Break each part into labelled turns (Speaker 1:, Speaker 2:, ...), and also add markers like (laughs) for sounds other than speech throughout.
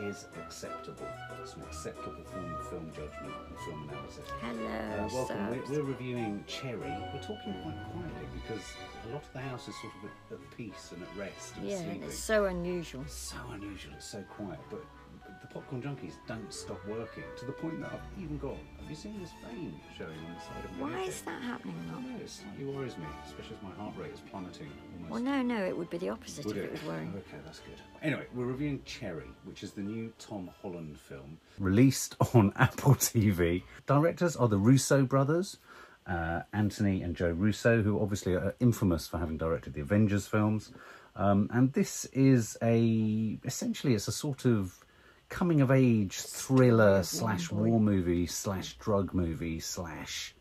Speaker 1: is acceptable. It's an acceptable form of film judgment and film analysis.
Speaker 2: Hello,
Speaker 1: Uh, welcome. We're,
Speaker 2: subs.
Speaker 1: we're reviewing Cherry. We're talking quite quietly because a lot of the house is sort of at, at peace and at rest and
Speaker 2: Yeah, and
Speaker 1: sleeping.
Speaker 2: it's so unusual.
Speaker 1: so unusual. It's so quiet, but the popcorn junkies don't stop working to the point that I've even got. Have you seen this vein showing on the side of my
Speaker 2: Why
Speaker 1: neck?
Speaker 2: is that happening,
Speaker 1: I
Speaker 2: Mark?
Speaker 1: don't know, it slightly worries me, especially as my heart rate is plummeting almost.
Speaker 2: Well, no, no, it would be the opposite
Speaker 1: Would
Speaker 2: if
Speaker 1: it?
Speaker 2: it was worrying.
Speaker 1: Okay, that's good. Anyway, we're reviewing Cherry, which is the new Tom Holland film released (laughs) on Apple TV. Directors are the Russo brothers, uh, Anthony and Joe Russo, who obviously are infamous for having directed the Avengers films. Um, and this is a essentially it's a sort of coming of age thriller slash war movie slash drug movie slash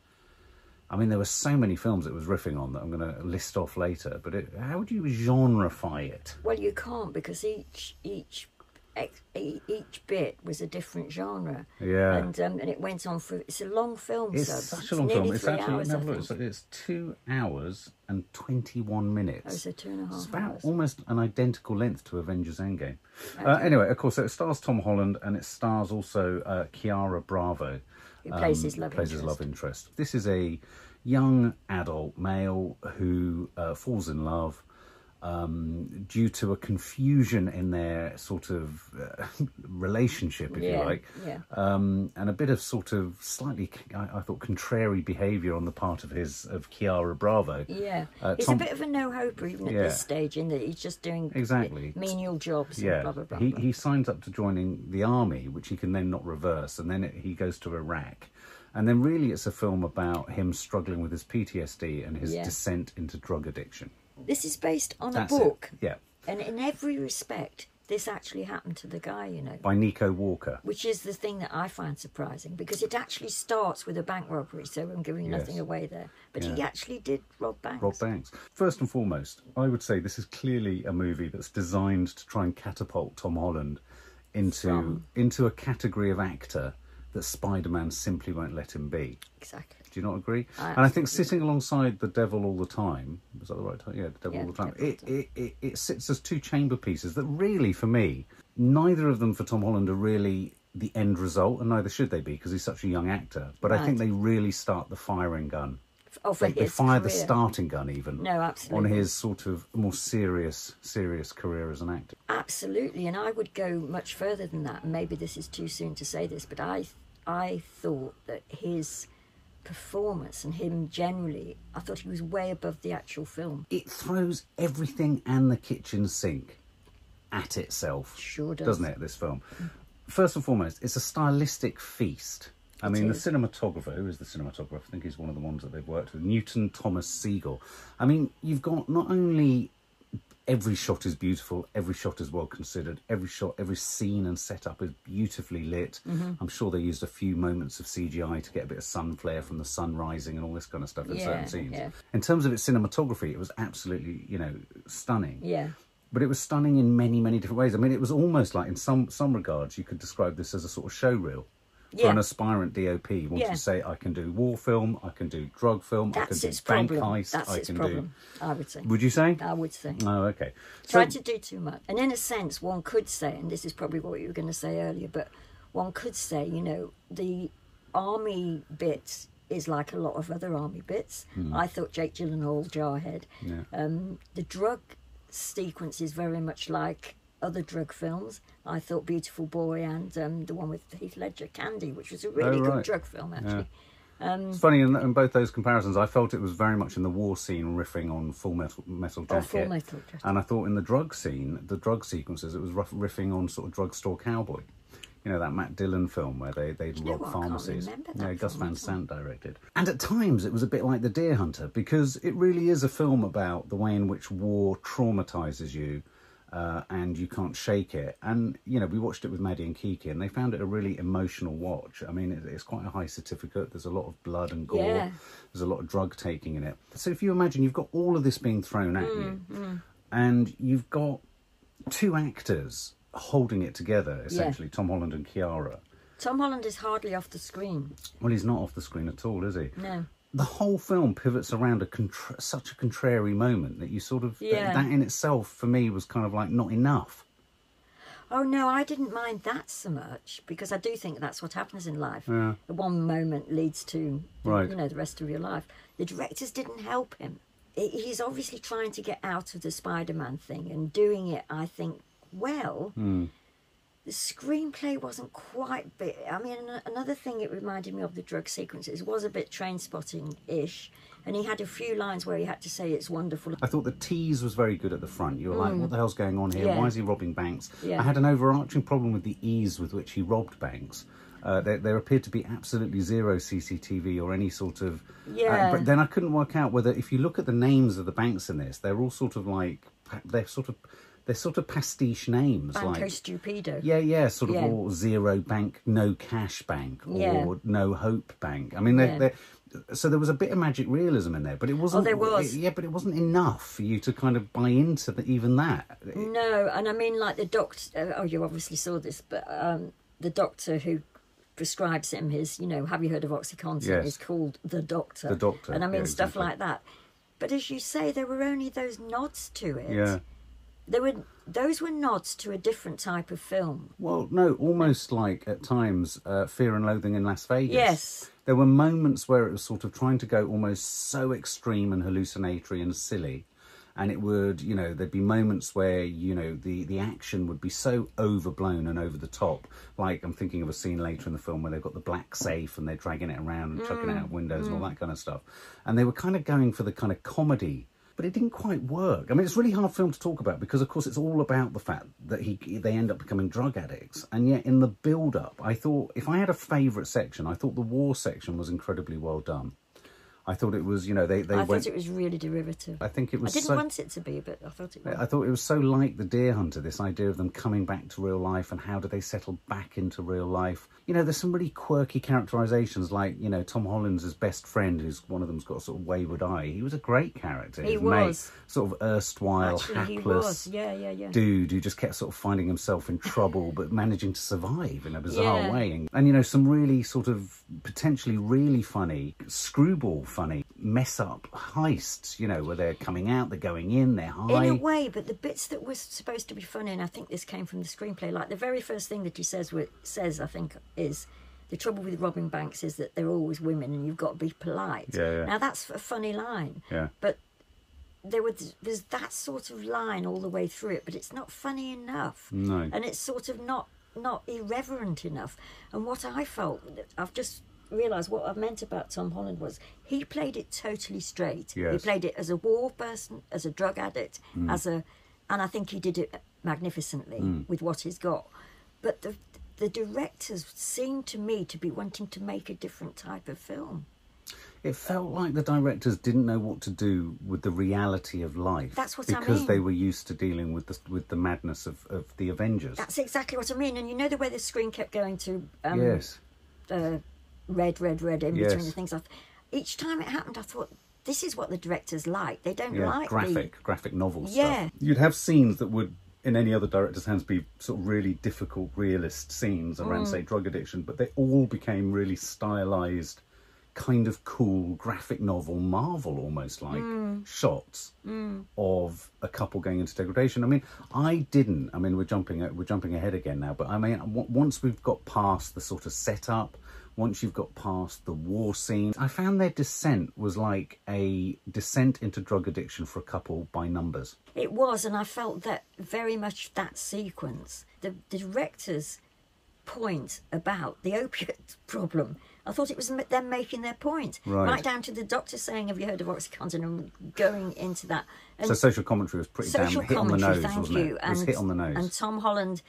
Speaker 1: I mean, there were so many films it was riffing on that I'm going to list off later. But it, how would you genreify it?
Speaker 2: Well, you can't because each each ex- e- each bit was a different genre.
Speaker 1: Yeah.
Speaker 2: And um, and it went on for it's a long film.
Speaker 1: It's
Speaker 2: subs.
Speaker 1: such a long film.
Speaker 2: nearly
Speaker 1: It's
Speaker 2: three
Speaker 1: actually
Speaker 2: hours,
Speaker 1: no,
Speaker 2: I
Speaker 1: look,
Speaker 2: think.
Speaker 1: it's, it's two hours and twenty-one minutes.
Speaker 2: Oh, so two and a half
Speaker 1: It's about
Speaker 2: hours.
Speaker 1: almost an identical length to Avengers Endgame. Uh, anyway, of course, so it stars Tom Holland and it stars also uh, Chiara Bravo. Um,
Speaker 2: Who plays his love
Speaker 1: plays his
Speaker 2: interest.
Speaker 1: love interest. This is a young adult male who uh, falls in love um, due to a confusion in their sort of uh, (laughs) relationship, if
Speaker 2: Yeah,
Speaker 1: you like,
Speaker 2: yeah.
Speaker 1: um, and a bit of sort of slightly, I, I thought, contrary behaviour on the part of his of Chiara Bravo.
Speaker 2: Yeah,
Speaker 1: Uh,
Speaker 2: it's
Speaker 1: Tom-
Speaker 2: a bit of a no hoper even at
Speaker 1: Yeah.
Speaker 2: this stage in that he's just doing
Speaker 1: Exactly.
Speaker 2: menial jobs
Speaker 1: yeah,
Speaker 2: and blah blah blah.
Speaker 1: he
Speaker 2: blah.
Speaker 1: he signs up to joining the army, which he can then not reverse, and then it, he goes to Iraq, and then really it's a film about him struggling with his PTSD and his
Speaker 2: Yeah.
Speaker 1: descent into drug addiction.
Speaker 2: This is based on
Speaker 1: That's
Speaker 2: a book,
Speaker 1: it. Yeah,
Speaker 2: and in every respect, this actually happened to the guy. You know.
Speaker 1: by Nico Walker.
Speaker 2: which is the thing that I find surprising because it actually starts with a bank robbery, so I'm giving
Speaker 1: Yes.
Speaker 2: nothing away there. But he
Speaker 1: Yeah.
Speaker 2: actually did rob banks.
Speaker 1: Rob Banks. First and foremost, I would say this is clearly a movie that's designed to try and catapult Tom Holland into
Speaker 2: From-
Speaker 1: into a category of actor that Spider-Man simply won't let him be.
Speaker 2: Exactly.
Speaker 1: Do you not agree?
Speaker 2: I
Speaker 1: and I think
Speaker 2: absolutely
Speaker 1: sitting alongside the devil all the time was that the right time? Yeah, the devil
Speaker 2: Yeah,
Speaker 1: all the time.
Speaker 2: Devil All
Speaker 1: It,
Speaker 2: the
Speaker 1: it it it sits as two chamber pieces that really, for me, neither of them for Tom Holland are really the end result, and neither should they be because he's such a young actor. But I think
Speaker 2: Right.
Speaker 1: they really start the firing gun.
Speaker 2: F- Oh, for
Speaker 1: They, they
Speaker 2: his
Speaker 1: fire the
Speaker 2: career.
Speaker 1: starting gun even
Speaker 2: No,
Speaker 1: on
Speaker 2: absolutely.
Speaker 1: his sort of more serious serious career as an actor.
Speaker 2: Absolutely, and I would go much further than that. Maybe this is too soon to say this, but I, I thought that his performance and him generally, I thought he was way above the actual film.
Speaker 1: It throws everything and the kitchen sink at itself.
Speaker 2: Sure does.
Speaker 1: doesn't it? This film. First and foremost, it's a stylistic feast. I mean, the
Speaker 2: is.
Speaker 1: cinematographer, who is the cinematographer? I think he's one of the ones that they've worked with, Newton Thomas Siegel. I mean, you've got not only every shot is beautiful, every shot is well considered, every shot, every scene and setup is beautifully lit.
Speaker 2: Mm-hmm.
Speaker 1: I'm sure they used a few moments of CGI to get a bit of sun flare from the sun rising and all this kind of stuff in
Speaker 2: Yeah,
Speaker 1: certain scenes.
Speaker 2: yeah.
Speaker 1: In terms of its cinematography, it was absolutely, you know, stunning
Speaker 2: Yeah,
Speaker 1: but it was stunning in many, many different ways. I mean, it was almost like, in some some regards, you could describe this as a sort of show reel for
Speaker 2: Yeah.
Speaker 1: an aspirant DOP. You want
Speaker 2: Yeah.
Speaker 1: to say, I can do war film, I can do drug film, I
Speaker 2: that's
Speaker 1: can
Speaker 2: its
Speaker 1: do bank
Speaker 2: problem.
Speaker 1: heist,
Speaker 2: that's
Speaker 1: I
Speaker 2: its
Speaker 1: can
Speaker 2: problem. Uh, I would say.
Speaker 1: do. Would you say?
Speaker 2: I would say.
Speaker 1: Oh, okay.
Speaker 2: Try to do too much. And in a sense, one could say, and this is probably what you were going to say earlier, but one could say, you know, the army bit is like a lot of other army bits. I thought Jake Gyllenhaal, Jarhead.
Speaker 1: Hmm. Yeah.
Speaker 2: Um, the drug sequence is very much like other drug films. I thought Beautiful Boy and um, the one with Heath Ledger, Candy, which was a really
Speaker 1: Oh, right.
Speaker 2: good drug film, actually.
Speaker 1: It's funny in, in both those comparisons. I felt it was very much in the war scene, riffing on Full Metal, metal
Speaker 2: Oh,
Speaker 1: Jacket.
Speaker 2: Full Metal Jacket.
Speaker 1: And I thought in the drug scene, the drug sequences, it was rough, riffing on sort of drugstore cowboy. You know that Matt Dillon film where they they
Speaker 2: know
Speaker 1: rob
Speaker 2: what? I can't
Speaker 1: pharmacies.
Speaker 2: remember that
Speaker 1: yeah, Gus
Speaker 2: film
Speaker 1: Van
Speaker 2: at all.
Speaker 1: Sant directed. And at times it was a bit like The Deer Hunter because it really is a film about the way in which war traumatizes you. Uh, and you can't shake it. And you know, we watched it with Maddie and Kiki, and they found it a really emotional watch. I mean, it, it's quite a high certificate. There's a lot of blood and gore.
Speaker 2: Yeah.
Speaker 1: There's a lot of drug taking in it. So if you imagine, you've got all of this being thrown at you, and you've got two actors holding it together, essentially Tom Holland and Kiara.
Speaker 2: Tom Holland is hardly off the screen.
Speaker 1: Well, he's not off the screen at all, is he?
Speaker 2: No.
Speaker 1: The whole film pivots around a contra- such a contrary moment that you sort of that-
Speaker 2: Yeah.
Speaker 1: that in itself for me was kind of like not enough.
Speaker 2: Oh no, I didn't mind that so much because I do think that's what happens in life. Yeah. One moment leads to the-
Speaker 1: Right.
Speaker 2: you know the rest of your life. The directors didn't help him. I- He's obviously trying to get out of the Spider-Man thing and doing it. I think well. The screenplay wasn't quite bit. I mean, an- another thing it reminded me of the drug sequences was a bit train spotting ish, and he had a few lines where he had to say it's wonderful.
Speaker 1: I thought the tease was very good at the front. You were like, what the hell's going on here?
Speaker 2: Mm. Yeah.
Speaker 1: Why is he robbing banks?
Speaker 2: Yeah.
Speaker 1: I had an overarching problem with the ease with which he robbed banks. Uh, there, there appeared to be absolutely zero CCTV or any sort of. uh,
Speaker 2: Yeah.
Speaker 1: but then I couldn't work out whether, if you look at the names of the banks in this, they're all sort of like pa- they're sort of they're sort of pastiche names,
Speaker 2: Banco
Speaker 1: like
Speaker 2: Stupido.
Speaker 1: yeah, yeah, sort of
Speaker 2: Yeah.
Speaker 1: all zero bank, no cash bank, or
Speaker 2: Yeah.
Speaker 1: no hope bank. I mean,
Speaker 2: Yeah. Oh,
Speaker 1: they're, they're, so there was a bit of magic realism in there, but it wasn't.
Speaker 2: there was.
Speaker 1: it- yeah, but it wasn't enough for you to kind of buy into the, even that.
Speaker 2: No, and I mean like the doctor. Oh, you obviously saw this, but um, the doctor who prescribes him his, you know, have you heard of OxyContin?
Speaker 1: Yes.
Speaker 2: Is called the doctor.
Speaker 1: The doctor,
Speaker 2: And I mean
Speaker 1: yeah,
Speaker 2: stuff
Speaker 1: exactly.
Speaker 2: like that. But as you say, there were only those nods to it.
Speaker 1: Yeah.
Speaker 2: There were those were nods to a different type of film.
Speaker 1: Well, no, almost like at times uh, Fear and Loathing in Las Vegas.
Speaker 2: Yes.
Speaker 1: There were moments where it was sort of trying to go almost so extreme and hallucinatory and silly. And it would, you know, there'd be moments where, you know, the, the action would be so overblown and over the top. Like, I'm thinking of a scene later in the film where they've got the black safe and they're dragging it around and chucking it out of windows and all that kind of stuff. And they were kind of going for the kind of comedy but it didn't quite work. I mean, it's a really hard film to talk about because, of course, it's all about the fact that he they end up becoming drug addicts. And yet, in the build up, I thought if I had a favourite section, I thought the war section was incredibly well done. I thought it was, you know, they they
Speaker 2: I
Speaker 1: went.
Speaker 2: thought it was really derivative.
Speaker 1: I think it
Speaker 2: I
Speaker 1: was.
Speaker 2: didn't
Speaker 1: so,
Speaker 2: want it to be, but I thought it was.
Speaker 1: I thought it was so like the Deer Hunter, this idea of them coming back to real life and how do they settle back into real life. You know, there's some really quirky characterizations, like you know Tom Holland's his best friend, who's one of them's got a sort of wayward eye. He was a great character.
Speaker 2: He
Speaker 1: His
Speaker 2: was.
Speaker 1: mate, sort of erstwhile
Speaker 2: Actually, he
Speaker 1: hapless
Speaker 2: was. Yeah, yeah, yeah.
Speaker 1: dude who just kept sort of finding himself in trouble but managing to survive in a bizarre
Speaker 2: Yeah.
Speaker 1: way. And, and, you know, some really sort of potentially really funny, screwball funny, mess up heists, you know, where they're coming out, they're going in, they're high.
Speaker 2: In a way, but the bits that were supposed to be funny, and I think this came from the screenplay, like the very first thing that he says, wi- says I think, is the trouble with robbing banks is that they're always women and you've got to be polite.
Speaker 1: Yeah, yeah.
Speaker 2: Now, that's a funny line,
Speaker 1: Yeah.
Speaker 2: but there was there's that sort of line all the way through it, but it's not funny enough.
Speaker 1: No.
Speaker 2: And it's sort of not not irreverent enough. And what I felt, I've just realised what I meant about Tom Holland was he played it totally straight. He
Speaker 1: Yes. Mm.
Speaker 2: played it as a war person, as a drug addict, as a, and I think he did it magnificently with what he's got. But the the directors seemed to me to be wanting to make a different type of film.
Speaker 1: It felt like the directors didn't know what to do with the reality of life.
Speaker 2: That's what I
Speaker 1: because
Speaker 2: mean.
Speaker 1: they were used to dealing with the, with the madness of, of the Avengers.
Speaker 2: That's exactly what I mean. And you know the way the screen kept going to um,
Speaker 1: yes.
Speaker 2: uh, red, red, red in between
Speaker 1: Yes.
Speaker 2: the things. I th- each time it happened, I thought this is what the directors like. They don't
Speaker 1: yeah,
Speaker 2: like
Speaker 1: graphic, graphic novel
Speaker 2: Yeah.
Speaker 1: stuff. You'd have scenes that would, in any other director's hands, be sort of really difficult, realist scenes around, say, drug addiction, but they all became really stylized, kind of cool graphic novel, Marvel almost like shots of a couple going into degradation. I mean, I didn't. I mean, we're jumping uh, we're jumping ahead again now, but I mean, w- once we've got past the sort of setup. Once you've got past the war scene, I found their descent was like a descent into drug addiction for a couple by numbers.
Speaker 2: the. It was, and I felt that very much that sequence. The, the directors' point about the opiate (laughs) problem. I thought it was m- them making their point,
Speaker 1: Right.
Speaker 2: down to the doctor saying, "Have you heard of OxyContin?" and going into that. And
Speaker 1: So social commentary was pretty damn
Speaker 2: social
Speaker 1: hit on the
Speaker 2: commentary,
Speaker 1: nose,
Speaker 2: thank
Speaker 1: wasn't
Speaker 2: you.
Speaker 1: it? it
Speaker 2: And,
Speaker 1: was hit on the nose.
Speaker 2: And Tom Holland,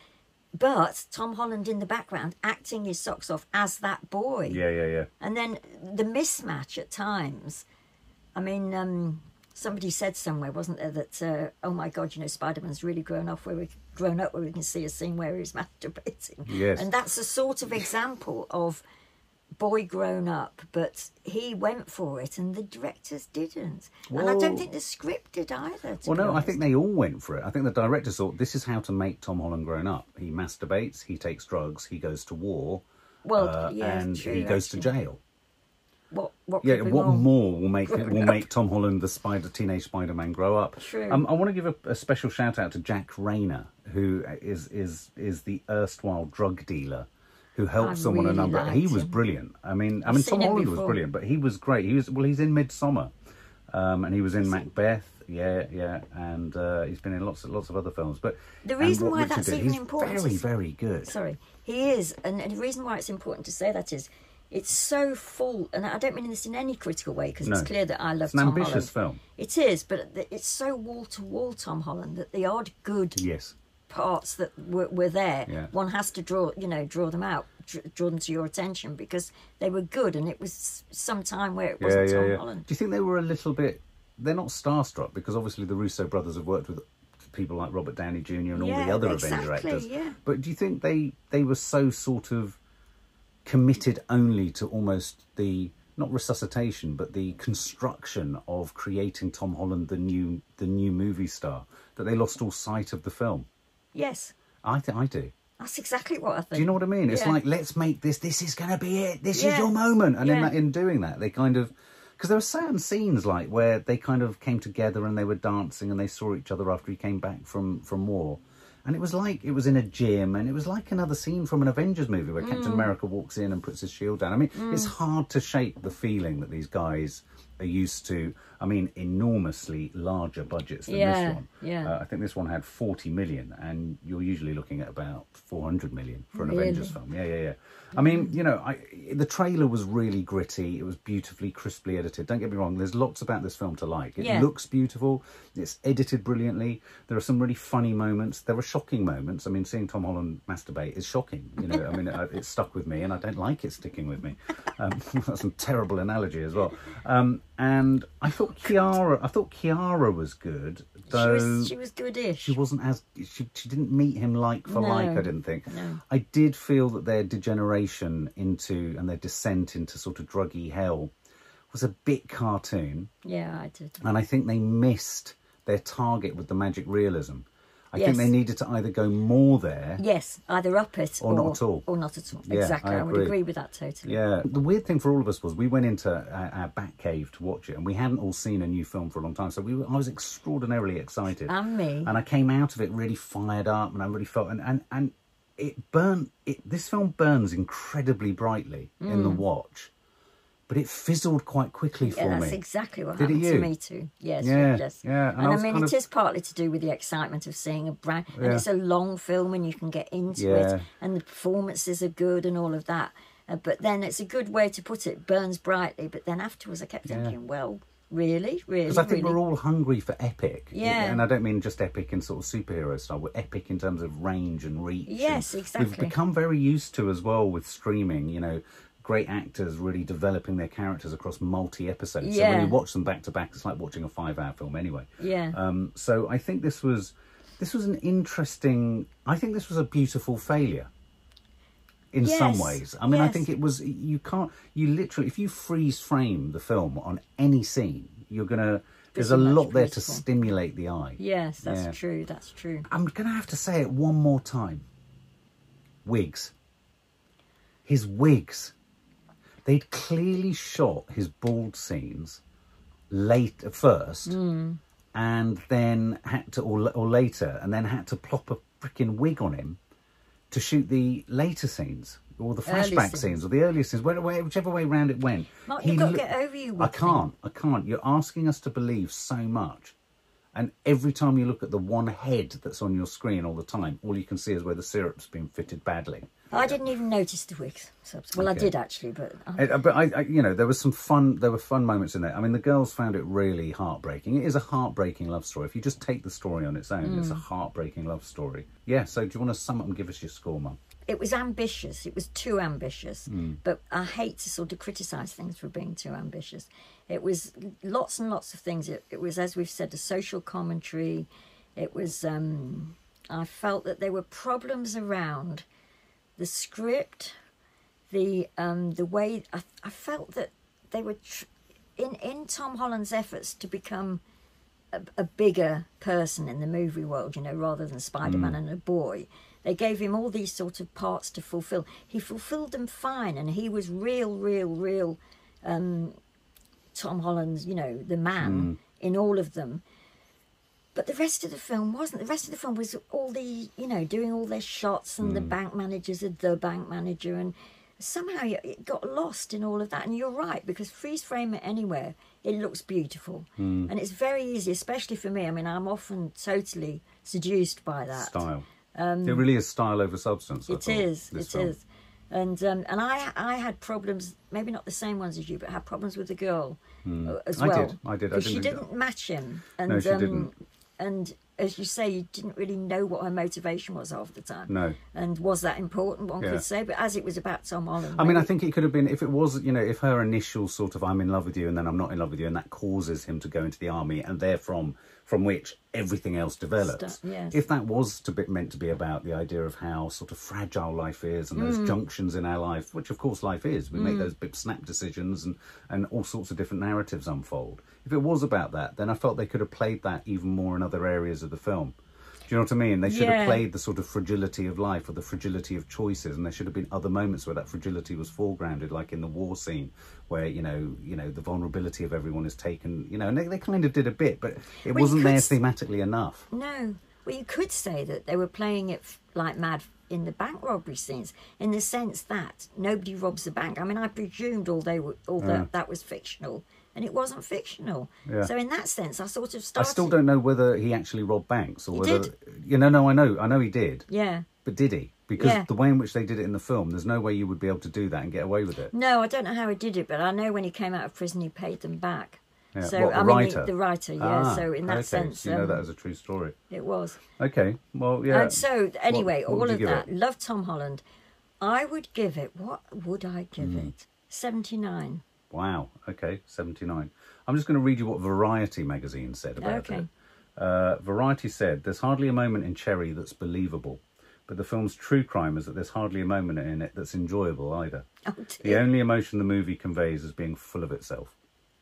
Speaker 2: but Tom Holland in the background acting his socks off as that boy.
Speaker 1: yeah, yeah, yeah.
Speaker 2: And then the mismatch at times. I mean, um, somebody said somewhere, wasn't there, that uh, oh my God, you know, Spider Man's really grown off where we grown up where we can see a scene where he's (laughs) masturbating.
Speaker 1: Yes.
Speaker 2: And that's a sort of example of boy grown up, but he went for it and the directors didn't. And I
Speaker 1: Well-
Speaker 2: don't think the script did either. To
Speaker 1: Well,
Speaker 2: be
Speaker 1: no, I
Speaker 2: honest.
Speaker 1: think they all went for it. I think the director thought this is how to make Tom Holland grown up. He masturbates, he takes drugs, he goes to war,
Speaker 2: Well,
Speaker 1: uh,
Speaker 2: Oh, yeah,
Speaker 1: and
Speaker 2: true,
Speaker 1: he goes to
Speaker 2: actually.
Speaker 1: jail.
Speaker 2: what what
Speaker 1: Yeah,
Speaker 2: could be
Speaker 1: what
Speaker 2: wrong?
Speaker 1: more will
Speaker 2: (laughs)
Speaker 1: make it, will
Speaker 2: Growing
Speaker 1: make Tom Holland the Spider Teenage Spider Man grow up?
Speaker 2: True.
Speaker 1: Um, I want to give a, a special shout out to Jack Rayner, who is is is the erstwhile drug dealer who helped
Speaker 2: I
Speaker 1: someone a
Speaker 2: really
Speaker 1: number.
Speaker 2: liked
Speaker 1: He was
Speaker 2: him.
Speaker 1: brilliant. I mean, I mean, Tom
Speaker 2: seen him
Speaker 1: Holland was
Speaker 2: before.
Speaker 1: brilliant, but he was great. He was well, he's in Midsummer, um, and he was in Macbeth. Yeah, yeah, and uh, he's been in lots of lots of other films. But
Speaker 2: The
Speaker 1: and
Speaker 2: reason
Speaker 1: what
Speaker 2: why
Speaker 1: Richard
Speaker 2: that's
Speaker 1: did,
Speaker 2: even
Speaker 1: he's
Speaker 2: important
Speaker 1: very
Speaker 2: is-
Speaker 1: very good.
Speaker 2: Sorry, he is, and, and the reason why it's important to say that is, it's so full, and I don't mean this in any critical way because
Speaker 1: No.
Speaker 2: it's clear that I love
Speaker 1: It's an
Speaker 2: Tom
Speaker 1: ambitious
Speaker 2: Holland.
Speaker 1: film.
Speaker 2: It is, but th- it's so wall to wall Tom Holland that the odd good
Speaker 1: Yes,
Speaker 2: parts that were, were there,
Speaker 1: Yeah.
Speaker 2: one has to draw, you know, draw them out, dr- draw them to your attention because they were good, and it was some time where it wasn't Tom Holland.
Speaker 1: Do you think they were a little bit? They're not starstruck because obviously the Russo brothers have worked with people like Robert Downey Jr. and all the
Speaker 2: Yeah,
Speaker 1: other Avenger
Speaker 2: exactly,
Speaker 1: actors.
Speaker 2: yeah.
Speaker 1: But do you think they they were so sort of committed only to almost the not resuscitation but the construction of creating Tom Holland the new the new movie star that they lost all sight of the film?
Speaker 2: Yes,
Speaker 1: I think I do.
Speaker 2: that's exactly what I think.
Speaker 1: Do you know what I mean? It's
Speaker 2: Yeah.
Speaker 1: like let's make this. This is going to be it. This is
Speaker 2: Yeah.
Speaker 1: your moment. And in
Speaker 2: Yeah.
Speaker 1: that, in doing that, they kind of because there were certain scenes like where they kind of came together and they were dancing and they saw each other after he came back from from war, and it was like it was in a gym and it was like another scene from an Avengers movie where Captain
Speaker 2: Mm.
Speaker 1: America walks in and puts his shield down. I mean, it's hard to shake the feeling that these guys are used to. I mean, enormously larger budgets than
Speaker 2: Yeah,
Speaker 1: this one.
Speaker 2: yeah.
Speaker 1: Uh, I think this one had 40 million, and you're usually looking at about 400 million for an
Speaker 2: Really?
Speaker 1: Avengers film. Yeah, yeah, yeah. I mean, you know, I, the trailer was really gritty. It was beautifully, crisply edited. Don't get me wrong, there's lots about this film to like. It
Speaker 2: Yeah.
Speaker 1: looks beautiful, it's edited brilliantly. There are some really funny moments, there are shocking moments. I mean, seeing Tom Holland masturbate is shocking. You know, I mean, it, it stuck with me, and I don't like it sticking with me. Um, (laughs) that's a terrible analogy as well. Um, and I thought Kiara, I thought Kiara was good,
Speaker 2: she
Speaker 1: though
Speaker 2: was she was goodish.
Speaker 1: she wasn't as she, she didn't meet him like for
Speaker 2: No,
Speaker 1: like i didn't think
Speaker 2: no.
Speaker 1: i did feel that their degeneration into and their descent into sort of druggy hell was a bit cartoon
Speaker 2: yeah, I did.
Speaker 1: and i think they missed their target with the magic realism i think
Speaker 2: Yes.
Speaker 1: they needed to either go more there
Speaker 2: Yes, either up it
Speaker 1: Or
Speaker 2: or,
Speaker 1: not at all.
Speaker 2: Or not at all.
Speaker 1: Yeah,
Speaker 2: exactly.
Speaker 1: I
Speaker 2: I, would
Speaker 1: agree.
Speaker 2: agree with that totally.
Speaker 1: Yeah. The weird thing for all of us was we went into our, our back cave to watch it, and we hadn't all seen a new film for a long time. So we were, I was extraordinarily excited.
Speaker 2: And me.
Speaker 1: And I came out of it really fired up, and I really felt and and and it burnt. It this film burns incredibly brightly in the watch, but it fizzled quite quickly
Speaker 2: Mm. Yeah,
Speaker 1: for
Speaker 2: that's
Speaker 1: me.
Speaker 2: exactly what
Speaker 1: Did it
Speaker 2: happened to
Speaker 1: you?
Speaker 2: me too. Yes,
Speaker 1: Yeah,
Speaker 2: yes.
Speaker 1: yeah, and
Speaker 2: And,
Speaker 1: I
Speaker 2: I,
Speaker 1: was
Speaker 2: mean,
Speaker 1: kind
Speaker 2: it
Speaker 1: of-
Speaker 2: is partly to do with the excitement of seeing a brand,
Speaker 1: Yeah.
Speaker 2: and it's a long film, and you can get into
Speaker 1: Yeah.
Speaker 2: it, and the performances are good, and all of that. Uh, but then it's a good way to put it. Burns brightly, but then afterwards, I kept thinking, well, really, really,
Speaker 1: Because I think
Speaker 2: really.
Speaker 1: we're all hungry for epic.
Speaker 2: Yeah.
Speaker 1: And I don't mean just epic in sort of superhero style, but epic in terms of range and reach. and
Speaker 2: Yes,
Speaker 1: We've
Speaker 2: exactly.
Speaker 1: become very used to as well with streaming, you know, great actors really developing their characters across multi episodes. So when
Speaker 2: Yeah.
Speaker 1: you watch them back to back, it's like watching a five hour film anyway.
Speaker 2: Yeah.
Speaker 1: Um, so I think this was this was an interesting I think this was a beautiful failure. In some
Speaker 2: Yes,
Speaker 1: ways. I mean I
Speaker 2: yes.
Speaker 1: think it was you can't you literally if you freeze frame the film on any scene you're gonna there's a
Speaker 2: Pretty much
Speaker 1: lot there to
Speaker 2: beautiful.
Speaker 1: stimulate the eye
Speaker 2: yes, that's
Speaker 1: Yeah.
Speaker 2: true. That's true.
Speaker 1: i'm gonna have to say it one more time wigs his wigs they'd clearly shot his bald scenes late at first and then had to or, or later and then had to plop a freaking wig on him to shoot the later scenes or the
Speaker 2: Early
Speaker 1: flashback scenes.
Speaker 2: scenes.
Speaker 1: or the earlier scenes where- where- whichever way round it went
Speaker 2: Mark, you've got to
Speaker 1: loo-
Speaker 2: get over your
Speaker 1: i
Speaker 2: wig thing.
Speaker 1: can't i can't you're asking us to believe so much and every time you look at the one head that's on your screen all the time all you can see is where the syrup's been fitted badly
Speaker 2: I didn't even notice the wigs. So- Well,
Speaker 1: Okay.
Speaker 2: I did actually, but I
Speaker 1: It- uh, but I, I, you know, there was some fun. There were fun moments in there. I mean, the girls found it really heartbreaking. It is a heartbreaking love story. If you just take the story on its own, it's
Speaker 2: Mm.
Speaker 1: a heartbreaking love story. Yeah. So, do you want to sum up and give us your score, Mum?
Speaker 2: it was ambitious. It was too ambitious. But I hate to sort of criticise things for being too ambitious. It was lots and lots of things. It, it was, as we've said, a social commentary. It was. Um, I felt that there were problems around the script, the um, the way I, I felt that they were tr- in in Tom Holland's efforts to become a bigger person in the movie world, you know, rather than Spider Man and a boy. They gave him all these sort of parts to fulfill. He fulfilled them fine, and he was real, real, real Tom Holland's, you know, the man in all of them. But the rest of the film wasn't. The rest of the film was all the, you know, doing all their shots and the bank managers and the bank manager. And somehow it- it got lost in all of that. And you're right, because freeze frame it anywhere, it looks beautiful. And it's very easy, especially for me. I mean, I'm often totally seduced by that. Um,
Speaker 1: Style. there really is style over substance. I
Speaker 2: It
Speaker 1: thought,
Speaker 2: is. It
Speaker 1: this
Speaker 2: is,
Speaker 1: film.
Speaker 2: And um, and I I had problems, maybe not the same ones as you, but had problems with the girl uh, as
Speaker 1: Hmm. I
Speaker 2: well.
Speaker 1: did, I did, I
Speaker 2: 'Cause she
Speaker 1: didn't-
Speaker 2: didn't match him. And, um,
Speaker 1: she didn't.
Speaker 2: And as you say, you didn't really know what her motivation was half the time.
Speaker 1: No.
Speaker 2: And was that important? One
Speaker 1: Yeah.
Speaker 2: could say, but as it was about Tom Holland.
Speaker 1: I mean, I
Speaker 2: maybe-
Speaker 1: think it could have been if it was, you know, if her initial sort of "I'm in love with you" and then "I'm not in love with you," and that causes him to go into the army, and therefrom from which everything else develops.
Speaker 2: Stu- yes.
Speaker 1: If that was to be meant to be about the idea of how sort of fragile life is and
Speaker 2: Mm.
Speaker 1: those junctions in our life, which of course life is, we make those big snap decisions and and all sorts of different narratives unfold. If it was about that, then I felt they could have played that even more in other areas of the film. Do you know what I mean? They should have
Speaker 2: Yeah.
Speaker 1: played the sort of fragility of life or the fragility of choices, and there should have been other moments where that fragility was foregrounded, like in the war scene, where you know, you know, the vulnerability of everyone is taken. You know, and they, they kind of did a bit, but it
Speaker 2: Well, you
Speaker 1: wasn't
Speaker 2: could
Speaker 1: there
Speaker 2: s-
Speaker 1: thematically enough.
Speaker 2: No. Well, you could say that they were playing it f- like mad in the bank robbery scenes, in the sense that nobody robs a bank. I mean, I presumed all they were, all that that was fictional, and it wasn't fictional.
Speaker 1: Mm. Yeah.
Speaker 2: So in that sense, I sort
Speaker 1: I
Speaker 2: of started.
Speaker 1: still don't know whether he actually robbed banks or
Speaker 2: He
Speaker 1: whether you know. No, I know, I know he did,
Speaker 2: Yeah.
Speaker 1: but did he? Because
Speaker 2: Yeah.
Speaker 1: the way in which they did it in the film, there's no way you would be able to do that and get away with it.
Speaker 2: No, I don't know how he did it, but I know when he came out of prison, he paid them back.
Speaker 1: Yeah,
Speaker 2: So
Speaker 1: what, the
Speaker 2: I mean,
Speaker 1: writer?
Speaker 2: The, the writer, yeah.
Speaker 1: Ah,
Speaker 2: so in that
Speaker 1: okay,
Speaker 2: sense,
Speaker 1: so you know
Speaker 2: um,
Speaker 1: that is a true story.
Speaker 2: it was.
Speaker 1: Okay, well, yeah.
Speaker 2: And so, anyway,
Speaker 1: what would
Speaker 2: all
Speaker 1: you
Speaker 2: of
Speaker 1: give
Speaker 2: that.
Speaker 1: it?
Speaker 2: Love Tom Holland. I would give it. What would I give
Speaker 1: Hmm.
Speaker 2: it? Seventy-nine.
Speaker 1: Wow. Okay, 79. I'm just going to read you what Variety magazine said about
Speaker 2: Okay.
Speaker 1: it. Uh, Variety said, There's hardly a moment in Cherry that's believable, but the film's true crime is that there's hardly a moment in it that's enjoyable either.
Speaker 2: Oh,
Speaker 1: The
Speaker 2: dear.
Speaker 1: only emotion the movie conveys is being full of itself.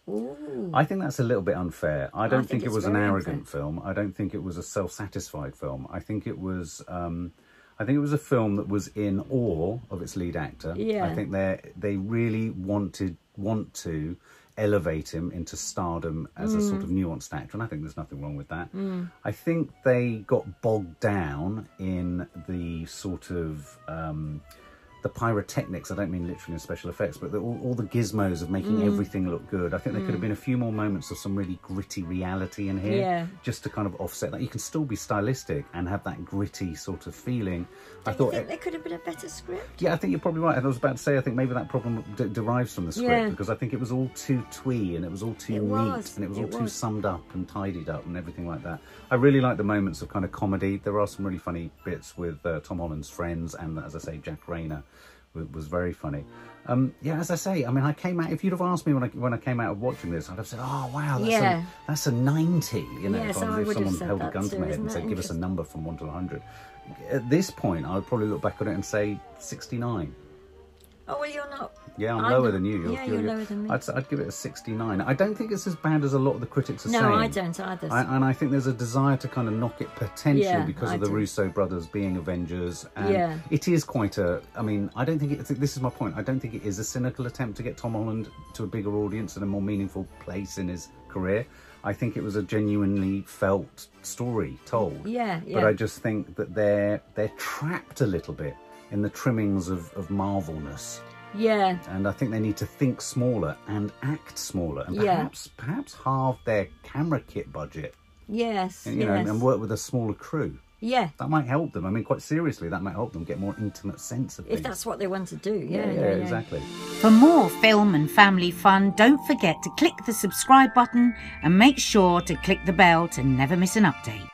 Speaker 2: Ooh.
Speaker 1: I think that's a little bit unfair. Mm. I don't think,
Speaker 2: think
Speaker 1: it
Speaker 2: it's
Speaker 1: was an
Speaker 2: very
Speaker 1: arrogant film. I don't think it was a self-satisfied film. I think it was. Um, I think it was a film that was in awe of its lead actor. I
Speaker 2: Yeah.
Speaker 1: think they they really wanted want to elevate him into stardom as a sort of
Speaker 2: Mm.
Speaker 1: nuanced actor, and I think there's nothing wrong with that. I think they got bogged down in the sort of. Um, the pyrotechnics, I don't mean literally in special effects, but the, all, all the gizmos of making
Speaker 2: Mm.
Speaker 1: everything look good. I think there could have been a few more moments of some really gritty reality in here
Speaker 2: Yeah.
Speaker 1: just to kind of offset that. You can still be stylistic and have that gritty sort of feeling. I thought.
Speaker 2: I think
Speaker 1: it-
Speaker 2: there could have been a better script.
Speaker 1: yeah, I think you're probably right. I was about to say, I think maybe that problem d- derives from the script
Speaker 2: Yeah.
Speaker 1: because I think it was all too twee and it was all too
Speaker 2: It
Speaker 1: neat
Speaker 2: was,
Speaker 1: and it was all
Speaker 2: it
Speaker 1: too
Speaker 2: was.
Speaker 1: summed up and tidied up and everything like that. I really like the moments of kind of comedy. There are some really funny bits with uh, Tom Holland's friends and, as I say, Jack Rayner wa- was very funny. Um, yeah, as I say, I mean, I came out. If you'd have asked me when I when I came out of watching this, I'd have said, "Oh wow, that's
Speaker 2: Yeah.
Speaker 1: a that's a 90, You know,
Speaker 2: Yeah,
Speaker 1: if,
Speaker 2: so
Speaker 1: I,
Speaker 2: I
Speaker 1: if
Speaker 2: would have
Speaker 1: someone
Speaker 2: said
Speaker 1: held a
Speaker 2: that
Speaker 1: gun to
Speaker 2: too,
Speaker 1: my head
Speaker 2: isn't
Speaker 1: and
Speaker 2: that
Speaker 1: said, "Give us a number from one to 100." At this point, I would probably look back on it and say 69.
Speaker 2: Oh well, you're not.
Speaker 1: Yeah, I'm,
Speaker 2: I'm-
Speaker 1: lower than you. You're,
Speaker 2: yeah, you're lower than me.
Speaker 1: I'd, s- I'd give it a 69. I don't think it's as bad as a lot of the critics are
Speaker 2: No,
Speaker 1: saying.
Speaker 2: I don't either.
Speaker 1: I, and I think there's a desire to kind of knock it potentially
Speaker 2: Yeah,
Speaker 1: because
Speaker 2: I
Speaker 1: of the
Speaker 2: do.
Speaker 1: Russo brothers being Avengers. And
Speaker 2: Yeah.
Speaker 1: it is quite a. I mean, I don't think it, this is my point. I don't think it is a cynical attempt to get Tom Holland to a bigger audience and a more meaningful place in his career. I think it was a genuinely felt story told.
Speaker 2: Yeah,
Speaker 1: But
Speaker 2: yeah.
Speaker 1: I just think that they're they're trapped a little bit in the trimmings of of Marvelness
Speaker 2: yeah,
Speaker 1: and I think they need to think smaller and act smaller, and
Speaker 2: Yeah.
Speaker 1: perhaps perhaps halve their camera kit budget,
Speaker 2: yes,
Speaker 1: you
Speaker 2: yes,
Speaker 1: know, and, and work with a smaller crew.
Speaker 2: yeah.
Speaker 1: That might help them. I mean, quite seriously, that might help them get more intimate sense of
Speaker 2: If
Speaker 1: things.
Speaker 2: that's what they want to do, yeah,
Speaker 1: yeah,
Speaker 2: yeah, yeah.
Speaker 1: exactly.
Speaker 3: For more film and family fun, don't forget to click the subscribe button and make sure to click the bell to never miss an update.